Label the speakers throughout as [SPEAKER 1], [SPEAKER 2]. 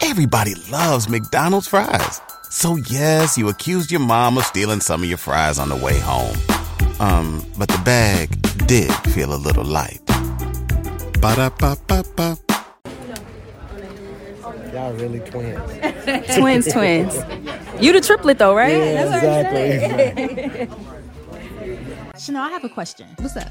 [SPEAKER 1] Everybody loves McDonald's fries. So yes, you accused your mom of stealing some of your fries on the way home. Um, but the bag did feel a little light. Ba-da-ba-ba-ba.
[SPEAKER 2] Y'all really twins.
[SPEAKER 3] twins, twins. You the triplet though, right?
[SPEAKER 2] exactly.
[SPEAKER 4] Chanel, I have a question.
[SPEAKER 5] What's up?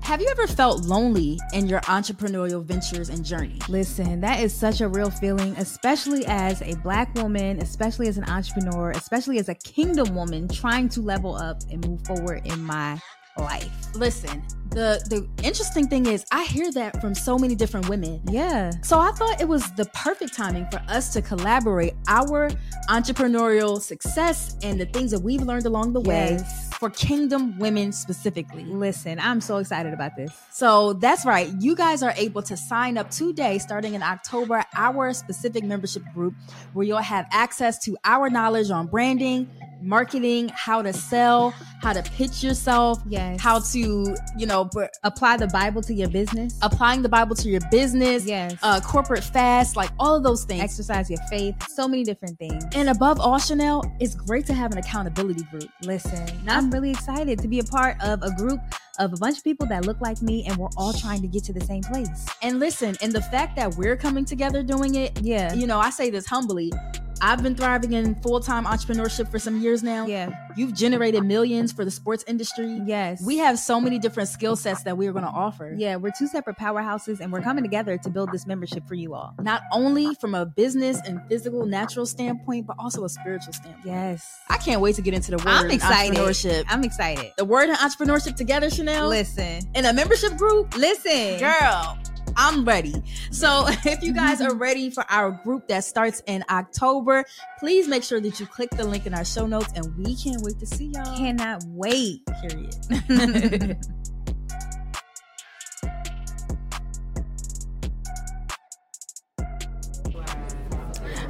[SPEAKER 4] Have you ever felt lonely in your entrepreneurial ventures and journey?
[SPEAKER 5] Listen, that is such a real feeling, especially as a black woman, especially as an entrepreneur, especially as a kingdom woman trying to level up and move forward in my life.
[SPEAKER 4] Listen, the the interesting thing is I hear that from so many different women.
[SPEAKER 5] Yeah.
[SPEAKER 4] So I thought it was the perfect timing for us to collaborate our entrepreneurial success and the things that we've learned along the way
[SPEAKER 5] Yes.
[SPEAKER 4] for kingdom women specifically.
[SPEAKER 5] Listen, I'm so excited about this.
[SPEAKER 4] So that's right. You guys are able to sign up today, starting in October, our specific membership group where you'll have access to our knowledge on branding, marketing, how to sell, how to pitch yourself,
[SPEAKER 5] Yes.
[SPEAKER 4] how to, you know, br-
[SPEAKER 5] apply the Bible to your business.
[SPEAKER 4] applying the Bible to your business,
[SPEAKER 5] Yes.
[SPEAKER 4] uh, corporate fast, like all of those things.
[SPEAKER 5] Exercise your faith. So many different things.
[SPEAKER 4] And above all, Chanel, it's great to have an accountability group.
[SPEAKER 5] Listen, I'm really excited to be a part of a group of a bunch of people that look like me and we're all trying to get to the same place.
[SPEAKER 4] And listen, and the fact that we're coming together doing it,
[SPEAKER 5] Yeah.
[SPEAKER 4] you know, I say this humbly. I've been thriving in full time entrepreneurship for some years now.
[SPEAKER 5] Yeah.
[SPEAKER 4] You've generated millions for the sports industry.
[SPEAKER 5] Yes.
[SPEAKER 4] We have so many different skill sets that we're going to offer.
[SPEAKER 5] Yeah, we're two separate powerhouses and we're coming together to build this membership for you all.
[SPEAKER 4] Not only from a business and physical, natural standpoint, but also a spiritual standpoint.
[SPEAKER 5] Yes.
[SPEAKER 4] I can't wait to get into the word
[SPEAKER 5] I'm excited.
[SPEAKER 4] entrepreneurship.
[SPEAKER 5] I'm excited.
[SPEAKER 4] the word and entrepreneurship together, Chanel.
[SPEAKER 5] Listen.
[SPEAKER 4] In a membership group,
[SPEAKER 5] Listen.
[SPEAKER 4] girl i'm ready so if you guys are ready for our group that starts in october please make sure that you click the link in our show notes and we can't wait to see y'all
[SPEAKER 5] Cannot wait.
[SPEAKER 4] period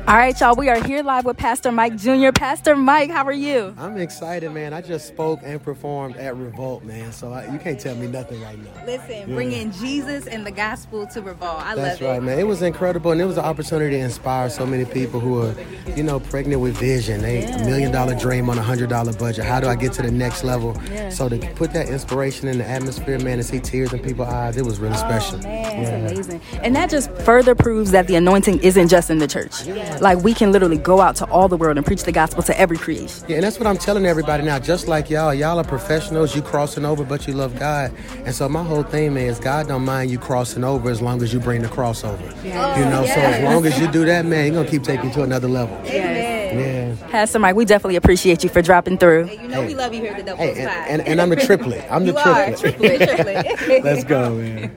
[SPEAKER 4] all right y'all we are here live with pastor mike jr pastor mike how are you
[SPEAKER 2] I'm excited, man. I just spoke and performed at Revolt, man. So I, you can't tell me nothing right now.
[SPEAKER 5] Listen, bringing Jesus and the gospel to Revolve. I
[SPEAKER 2] That's
[SPEAKER 5] love it.
[SPEAKER 2] right, man. It was incredible, and it was an opportunity to inspire so many people who are, you know, pregnant with vision. They a million dollar dream on a hundred dollar budget. How do I get to the next level? So to put that inspiration in the atmosphere, man, and see tears in people's eyes, it was really special. Yeah.
[SPEAKER 4] amazing and that just further proves that the anointing isn't just in the church like we can literally go out to all the world and preach the gospel to every creation
[SPEAKER 2] Yeah, and that's what I'm telling everybody now. Just like y'all, y'all are professionals. You crossing over, but you love God. And so my whole thing is, God don't mind you crossing over as long as you bring the crossover. You know,
[SPEAKER 5] Oh,
[SPEAKER 2] so as long as you do that, man, He's gonna keep taking you to another level. Yeah.
[SPEAKER 4] Pastor Mike, we definitely appreciate you for dropping through.
[SPEAKER 5] You know we love you here at the Double
[SPEAKER 2] Hey,
[SPEAKER 5] Oaks
[SPEAKER 2] and,
[SPEAKER 5] Five.
[SPEAKER 2] and, and I'm the triplet. I'm the
[SPEAKER 5] you are
[SPEAKER 2] triplet.
[SPEAKER 5] triplet, triplet.
[SPEAKER 2] Let's go, man.